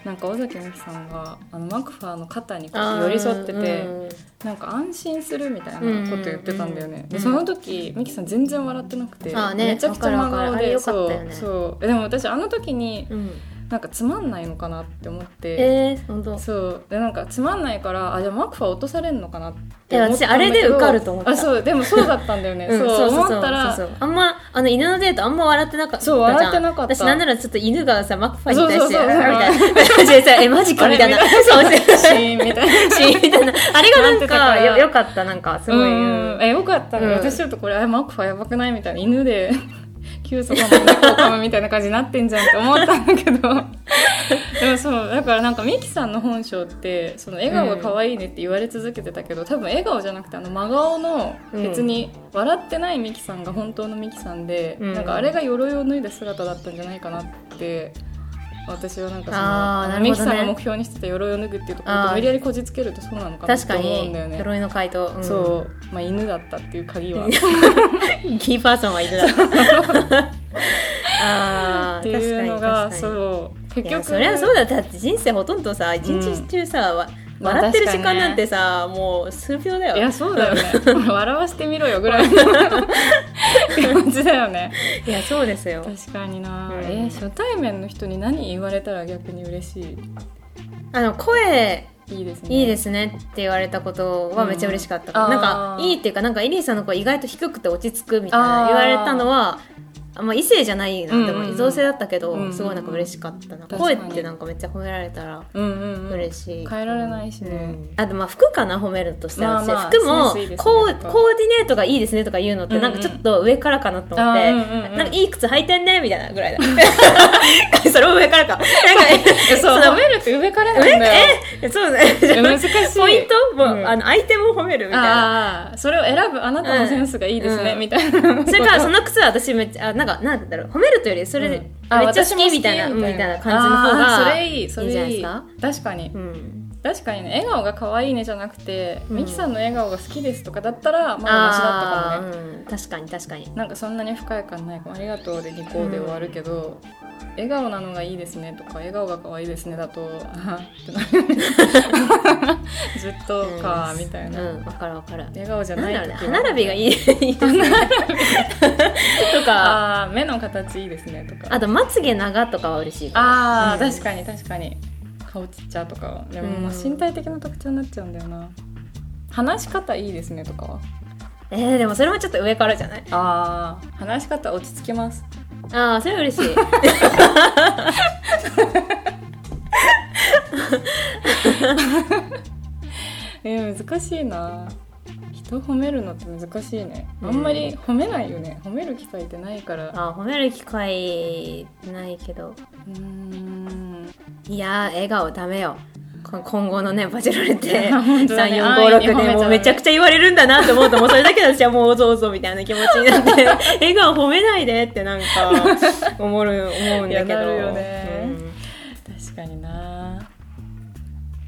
B: なんか尾崎美紀さんがあのマクファーの肩にこう寄り添ってて、
A: あー
B: なんか安心するみたいなこと言ってたんだよね、
A: うん
B: でその時美紀さん全然笑ってなくて、
A: あーね
B: めちゃくちゃ真
A: わか
B: 顔
A: るわかるあれ
B: で
A: よか
B: そ
A: っ
B: う
A: たよね
B: そうでも私あの時に
A: うんうん
B: なんかつまんないのかなって思って。
A: えー、本当
B: そうでなんかつまんないからあじゃあマクファー落とされるのかなって
A: いや
B: 思ったんだ
A: 私あれで
B: けど
A: 受かると思った
B: あそうでもそうだったんだよね、
A: うん
B: そう
A: そうそうそう
B: 思ったら
A: そうそうあんまあの犬のデートあんま笑ってなかった
B: そう笑ってなかった
A: 私なんならちょっと犬がさマクファーに対して「
B: そうそうそうそう
A: あーみたいな感じ でさ「えマジか」
B: あれ
A: みたいな
B: み
A: そうそう
B: シーンみたいな
A: しみたいなあれがな
B: なってた
A: ん
B: か
A: からよよかったなんかすごい、
B: うんえよかったね、
A: うん
B: 私ちょっとこれあマクファーやばくないみたいな犬で 急速な猫を噛むみたいな感じになってんじゃんって思ったんだ けどでもそうだからなんかミキさんの本性ってその笑顔が可愛いねって言われ続けてたけど、多分笑顔じゃなくてあの真顔の別に笑ってないミキさんが本当のミキさんで、
A: うん
B: なんかあれが鎧を脱いだ姿だったんじゃないかなって。私はなんかその
A: あー
B: あの
A: なる
B: ミ
A: ほ
B: キ
A: ど
B: さ
A: ね
B: んが目標にしてた鎧を脱ぐっていうところ
A: あ
B: と
A: ー
B: 無理やりこじつけるとそうなのかな
A: 確
B: と
A: か
B: 思う
A: に
B: んだよね。
A: 鎧の回答、うん
B: そう、まあ、犬だったっていう鍵はっ
A: キーパーソンはいるだろう ああ
B: ていうのがそう結
A: いや
B: 局
A: そりゃそうだだって人生ほとんどさ一日中さ、わ笑ってる時間なんてさ、もう数秒だよ
B: いやそうだよね笑わせてみろよぐらいの気持ちだよね
A: いやそうですよ
B: 確かにな、
A: うん
B: えー初対面の人に何言われたら逆に嬉しい
A: あの声
B: いいですね
A: いいですすねって言われたことはめっちゃ嬉しかったから、
B: うん
A: なん
B: あ
A: か
B: ー
A: いいっていうかなんかエリーさんの声意外と低くて落ち着くみたい
B: あ
A: な
B: ー
A: 言われたのはあんま異性じゃないな、
B: うんうん
A: で
B: うん
A: も同性だったけど、
B: うんうん
A: すごいなんか嬉しかったな
B: 確か
A: 声
B: に
A: ってなんかめっちゃ褒められたら
B: うんうん、うん、
A: 嬉しい、
B: 変えられないしね、
A: あとまあ服かな褒めるとしたら、
B: まあまあ
A: 私服も
B: センスいいですね
A: コー
B: とか
A: コーディネートがいいですねとか言うのっ
B: う
A: て
B: んう
A: なんんかちょっと上からかなと思って、
B: あーうんうんうん
A: なんかいい靴履いてんねみたいなぐらいだ それも上か らかなんかね
B: そう
A: そ
B: 褒
A: の
B: めるって上からなんだよ
A: えそうね
B: いや難しい
A: ポイントもう、
B: うん
A: あの相手も褒めるみたいな
B: ああそれを選ぶあなたのセンスがいいですね、
A: うん
B: みたいな
A: それからその靴は私めっちゃあなんかなんだろう褒めるというよりそれで、
B: あ
A: めっちゃ
B: 私
A: 好
B: も
A: きみたいな
B: 好
A: う
B: き
A: んみたいな感じの方
B: あー
A: が
B: それいいそれいい
A: いいじゃないですか
B: 確かに
A: うん
B: 確かにね笑顔が可愛いねじゃなくて、
A: うん
B: ミキさんの笑顔が好きですとかだったらまだマシだったかもね、
A: あーうん確かに確かに
B: なんかそんなに不快感ないかもありがとうで2項で終わるけど、笑顔なのがいいですねとか笑顔が可愛いですねだとあはってなる ずっとかみたいな、
A: うんわかるわかる
B: 笑顔じゃ
A: な
B: なんい
A: だろうね
B: 時は
A: 歯並び がいいいいですねとかあ
B: あー目の形いいですねとか
A: とまつげ長とかは嬉しいかな
B: あー、
A: うん
B: 確かに確かに顔ちっちゃとかはでも
A: うん
B: もう身体的な特徴になっちゃうんだよな話し方いいですねとかは
A: えー、でもそれもちょっと上からじゃない
B: あー話し方落ち着きます
A: ああそれは嬉しい
B: えー難しいな人褒めるのって難しいね
A: うん
B: あんまり褒めないよね褒める機会ってないから
A: あー褒める機会ないけど
B: うーん
A: いやー笑顔ダメよこ今後のねバチェロレっ
B: い
A: て
B: や本当だね安易に
A: 3456
B: 褒めちゃう
A: で
B: ね
A: もうめちゃくちゃ言われるんだなと思うともうそれだけだしもうおぞおぞみたいな気持ちになって 笑顔褒めないでってなんか思る思うんだけど
B: いやなるよね
A: うん
B: 確かにな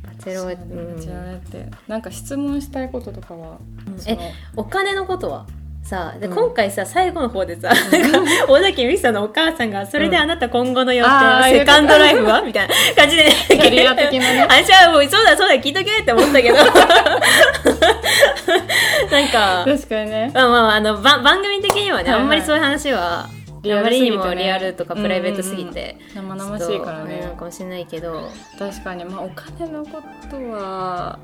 A: バチェロレ、うん
B: そうね違うってなんか質問したいこととかは、その
A: えお金のことはさあで、
B: うん
A: 今回さ最後の方でさ、尾崎美紀さんのお母さんが「それであなた今後の予定
B: あ
A: は、
B: ー
A: セカンドライフは?」みたいな感じでキ
B: ャリア的なね
A: あじゃあもうそうだそうだ聞いとけって思ったけど なんか
B: 確かにね
A: まあまああのば番組的には
B: は
A: ね、
B: いはい
A: あんまりそういう話は
B: リア
A: あま
B: ルすぎ
A: り
B: て
A: に
B: ね
A: もリアルとかプライベートすぎて、
B: 生々しいから
A: ちょっとあれな
B: ね
A: のかもしれないけど
B: 確かにまあお金のことは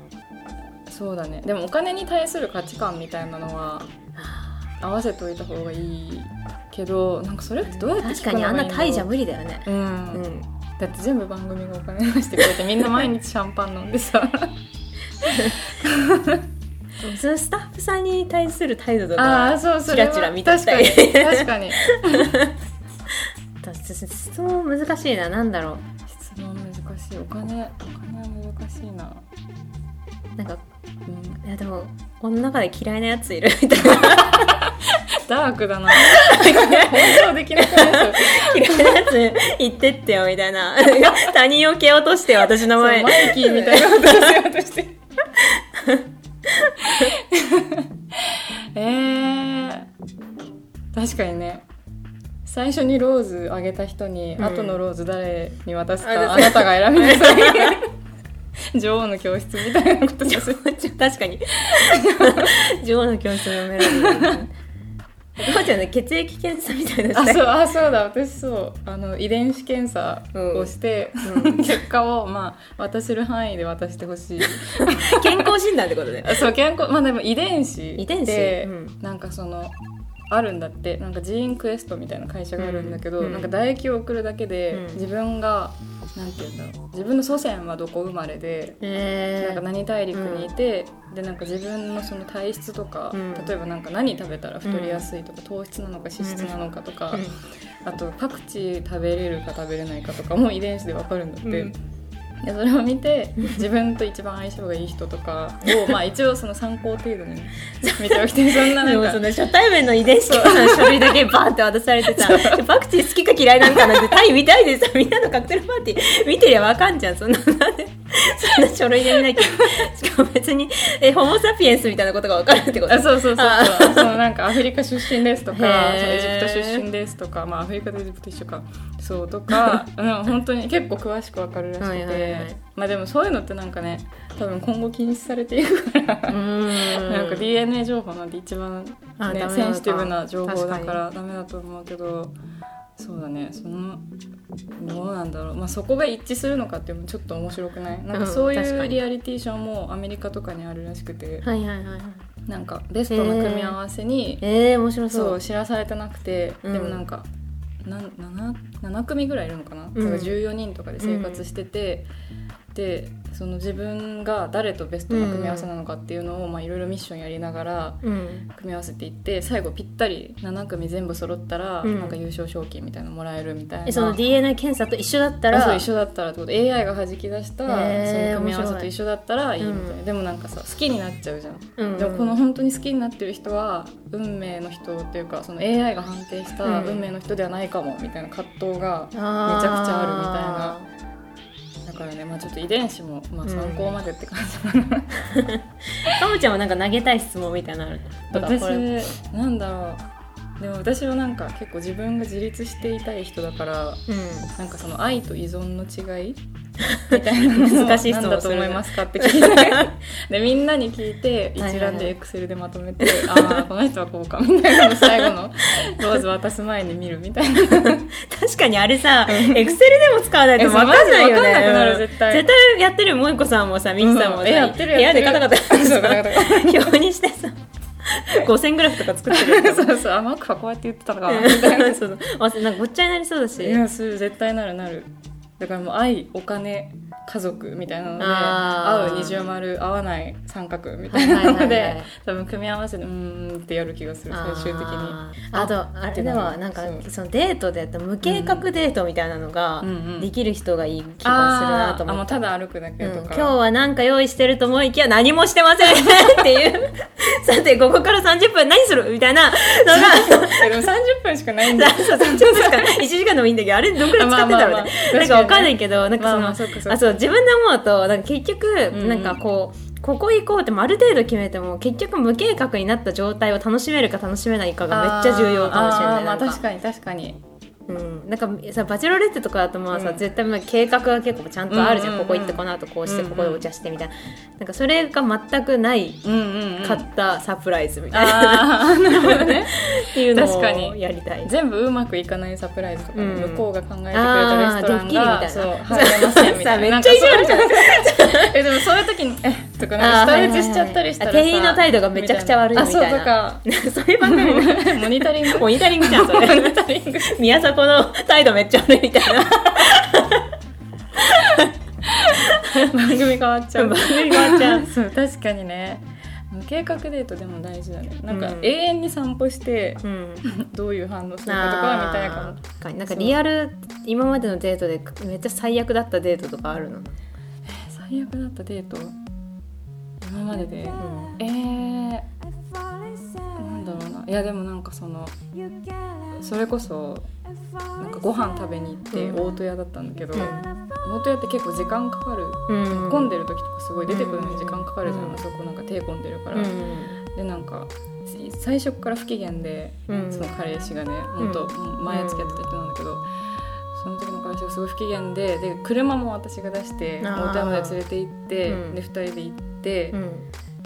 B: そうだねでもお金に対する価値観みたいなのは合わせといた方がいいけどなんかそれってどうやって
A: 確
B: 聞
A: か
B: くの
A: に
B: が
A: あ
B: いいんだ
A: んな
B: ろう
A: タイじゃ無理だよね、
B: う、
A: うんん、
B: だって全部番組がお金出してくれてみんな毎日シャンパン飲んでさ
A: そのスタッフさんに対する態度と か
B: ああそうそれは
A: チラチラ見てき
B: 確
A: た
B: か
A: り
B: に確かに
A: 質問難しいななんだろ
B: 質問難しいお金お金は難しいな、
A: うなんか
B: うん、
A: いやでもこの中で嫌いなやついるみたいな
B: ダーク だな本当できなくないです
A: 嫌いなやつ言ってってよみたいな 他人を蹴落として私の
B: そうマ
A: 前
B: イキーみたいなことしようとして えー、確かにね最初にローズあげた人に、
A: うん
B: 後のローズ誰に渡す
A: あ
B: かあなたが選びなさ い女王の教室みたいなことです
A: 確かに女王の教室のメロディーどうちゃんね血液検査みたいな
B: あ
A: したい
B: そうあそうだ私そうあの遺伝子検査をして、
A: う
B: 結果を、まあ、渡せる範囲で渡してほしい
A: 健康診断ってこ とで
B: あそう健康まあでも遺伝子
A: 遺伝子
B: で、
A: うん
B: なんかそのあるんだってなんかジーンクエストみたいな会社があるんだけど、
A: うん
B: なんか唾液を送るだけで、
A: うん
B: 自分がなんて言うんだろう自分の祖先はどこ生まれで。
A: え
B: なんか何大陸にいて、でなんか自分のその体質とか、
A: うん
B: 例えばなんか何食べたら太りやすいとか、糖質なのか脂質なのかとか、あとパクチー食べれるか食べれないかとかも遺伝子でわかるんだって、
A: うん
B: でそれを見て自分と一番相性がいい人とか をまあ一応その参考程度に見ておきてそんな
A: でも
B: な
A: そ
B: んか
A: の初対面の遺伝子検査の書類だけバーンって渡されてさパクチー好きか嫌いなんかなんてタイ見たいでさみんなのカクテルパーティー見てりゃわかんじゃんそんななんでそんな書類で見なきゃしかも別にえホモ・サピエンスみたいなことがわかるってこと
B: あそうそうそう
A: あ
B: そうそのなんかアフリカ出身ですとかそ
A: へー
B: のエジプト出身ですとか、まあ、アフリカとエジプト一緒かそうと かうん本当に結構詳しくわかるらしくて、
A: はいはいはい
B: まあでもそういうのってなんかね多分今後禁止されていくから
A: うーん
B: なんか DNA 情報なんて一番、
A: あダ
B: ね、
A: メなのか
B: センシティブな情報だからダメだと思うけどそうだねそのどうなんだろう、まあ、そこが一致するのかっていうのもちょっと面白くないなんかそうい
A: うん確か
B: う
A: に
B: リアリティショーもアメリカとかにあるらしくて
A: はいはいはいはい
B: なんかベストな組み合わせに、
A: えー、面白そう
B: そう知らされてなくて、
A: うん
B: でもなんかなん7 7組ぐらいいるのかな、
A: うん
B: なんか14人とかで生活してて、でその自分が誰とベストな組み合わせなのかっていうのをまあいろいろミッションやりながら
A: うん
B: 組み合わせていって最後ぴったり7組全部揃ったら、
A: うん
B: なんか優勝賞金みたいなのもらえるみたいな
A: えその DNA 検査と一緒だった
B: あそう
A: ら
B: 一緒だったらってこと AI が弾き出した、そ
A: へー
B: の組み合わせと一緒だったらいいみたいな、
A: うん
B: でもなんかさ好きになっちゃうじゃん、
A: うん
B: でもこの本当に好きになってる人は運命の人っていうかその AI が判定した
A: うん
B: 運命の人ではないかもみたいな葛藤がめ
A: めちゃ
B: ちゃくちゃあるだからね、まあ、ちょっと遺伝子も、まあ、参考までって感じかな、
A: かもちゃんはなんか投げたい質問みたいなのあるとか
B: 私
A: これ
B: なんだろうでも私はなんか結構自分が自立していたい人だからなんかその愛と依存の違いみたいなのを
A: 難しい質問する
B: なんだと思いますかって聞いてでみんなに聞いて
A: はいはい
B: 一覧でエクセルでまとめて、ああこの人はこうかみたいなのを最後のローズ渡す前に見るみた いな
A: 確かにあれさエクセルでも使わないと
B: え
A: 分
B: そう
A: かんないよね
B: マジで分かんなくなる絶対
A: 絶対やってるもんこさんもさみきさんもさ
B: うんえやってる
A: 部
B: や
A: 屋
B: って
A: で
B: る
A: カタカタ
B: そうガタガタ
A: 表にして さ5000グラフとか作ってるよ
B: そうそうあマックはこうやって言ってたのかなみたいな
A: そうそうあなんかごっちゃになりそうだし
B: いやする絶対なるなるだからもう愛お金家族みたいなので
A: あー
B: 合う二重丸合わない三角みたいなので、
A: はいはいはいはい
B: 多分組み合わせでうーんってやる気がする最終的に。
A: あーあとあれではなんか
B: そう
A: そのデートでやった無計画デートみたいなのが
B: うんうん
A: できる人がいい気がするなと
B: あーあ
A: 思
B: も
A: っ
B: う
A: た、
B: ただ歩くだけ
A: うん
B: と
A: 今
B: か、
A: 日は何か用意してると思いきや何もしてませんっていう さてここから30分何するみたいなのが
B: えでも30分しか ないんだ
A: そう30分しか1時間でもいいんだけどあれどんくらい使ってた
B: まあまあ
A: ろ
B: ま
A: うね
B: あ
A: なんかわかんないけどなんかその、
B: まあまあそっかそっか
A: あそう自分で思うとなんか結局、
B: うん
A: なんかこうここ行こうってもある程度決めても結局無計画になった状態を楽しめるか楽しめないかがめっちゃ重要かもしれ
B: あ
A: な
B: ー
A: い
B: ま
A: な
B: あ
A: んか
B: 確かに確かに
A: うん、なんかさバチェロレッテとかだとまあさ、
B: うん
A: 絶対まあ計画が結構ちゃんとあるじゃん,、
B: うんうんうん
A: ここ行ってこの後こうして、
B: うんうん
A: ここでお茶してみたいななんかそれが全くない
B: うんうん、うん、
A: 買ったサプライズみたいな、
B: あーなるほどね
A: っていうの
B: 確か
A: を
B: に
A: やりたい。
B: 全部うまくいかないサプライズとかね、
A: うん
B: 向こうが考えてくれたレストランが
A: あードッキリみたいな
B: そう入れませんみたいな
A: さめっちゃ意地悪
B: じゃん えでもそういう時に「えとかなんか
A: あー
B: 舌打ちしちゃったりしたらさ
A: はいはいはいあ店員の態度がめちゃくちゃ悪いみたいな
B: あそう
A: そういう番
B: と
A: 組
B: かモニタリング
A: モニタリングじゃんそ
B: モニ
A: れ
B: タリング
A: 宮迫の態度めっちゃ悪いみたいな
B: 番組変わっちゃう
A: 番組変わっちゃう
B: そう確かにね計画デートでも大事だねなんか
A: うん
B: 永遠に散歩して
A: うん
B: どういう反応するかとかは見たいかも
A: あーなんかリアル今までのデートでめっちゃ最悪だったデートとかあるの、
B: 最悪だったデート今までで
A: うん
B: えー、なんだろうないやでもなんかそのそれこそなんかご飯食べに行って
A: うん
B: 大戸屋だったんだけど、
A: うん
B: 大戸屋って結構時間かかる
A: うん
B: 混んでる時とかすごい出てくるの
A: うん
B: に時間かかるじゃん、
A: うん
B: あそこなんか手混んでるから、
A: うん
B: でなんか最初から不機嫌で、
A: うん
B: その彼氏がね元、前付き合ってた人なんだけど、その時の彼氏がすごい不機嫌でで車も私が出して
A: あー
B: 大戸屋まで連れて行って、
A: うん
B: で2人で行って、
A: うん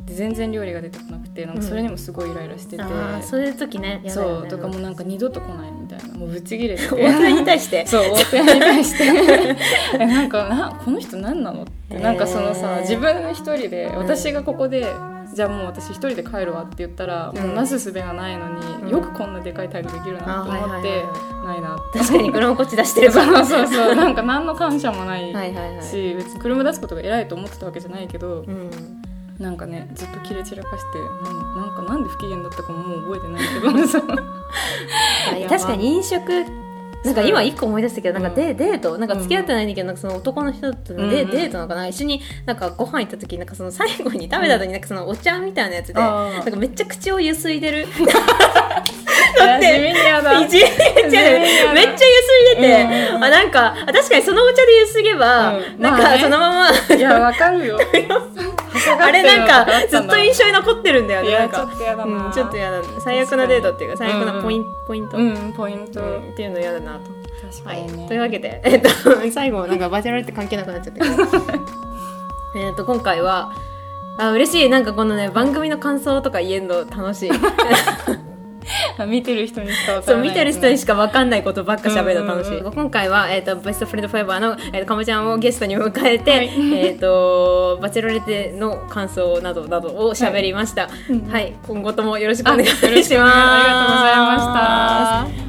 B: で全然料理が出てこなくてなんかそれにもすごいイライラしてて、
A: あーそういう時ねやだ
B: そ
A: よ
B: う
A: ね
B: とかもうなんか二度と来ないみたいなもうぶち切れ て
A: 大人に対して
B: そう大手に対してえなんかなこの人何なのってなんかその
A: へー
B: さ自分一人で
A: ん
B: 私がここで、じゃあもう私一人で帰るわって言ったら、
A: うん
B: もうなすすべがないのに、
A: うん
B: よくこんなでかい態度できるなと思って、
A: あ
B: ないなって
A: 確かに車落っち出してるか
B: そ
A: ら
B: うそう
A: う
B: そうなんか何の感謝もないし、
A: はいはいはい
B: 別に車出すことが偉いと思ってたわけじゃないけど、
A: うん
B: なんかねずっと切れ散らかしてなんなんかなんで不機嫌だったかももう覚えて ないけどそう
A: あ
B: やば
A: 確かに飲食なんか今一個思い出したけどなんかデ,、デートなんか付き合ってないんだけどなんかその男の人とのデ,、
B: うんうん
A: デートなんかな一緒になんかご飯行った時なんかその最後に食べた時になんかそのお茶みたいなやつで、
B: あー
A: なんかめっちゃ口をゆすい でる
B: だ地味にや だ
A: 一日でめっちゃゆすいでて、
B: うんうん
A: あなんかあ確かにそのお茶でゆすげば、
B: うん
A: なん
B: まあ
A: か
B: ね
A: そのま ま、
B: いや、わかるよ。
A: あれなんか
B: あ
A: ず
B: た
A: っと
B: い
A: 印象に残ってるんだよねなん
B: や、ちょ
A: か
B: っとやだな。
A: うん、ちょっとやだ最悪なデートっていうか
B: 確
A: 最
B: かに
A: 悪なポイン,、ポイント、
B: うん、ポイント。
A: うんっていうの嫌だなと。
B: 確
A: は
B: か
A: い
B: に、ね。
A: というわけで、えっと、最後なんかバチェラルって 関係なくなっちゃったけどえっと今回はあ嬉しいなんかこのね番組の感想とか言えんの楽 しい
B: あ見てる人にしかわか
A: そう
B: らない
A: 見
B: やつね。
A: てる人にしか分かんないことばっか喋るの楽しい、
B: うんうん
A: 今回は、えっとベストフレンドファイバーの、えっとかもちゃんをゲストに迎 えて、
B: はい
A: えっとバチェロレッテの感想などなどを喋りましたはい、今後ともよろしくお願いします
B: あよろしくお願いしますありがとうございました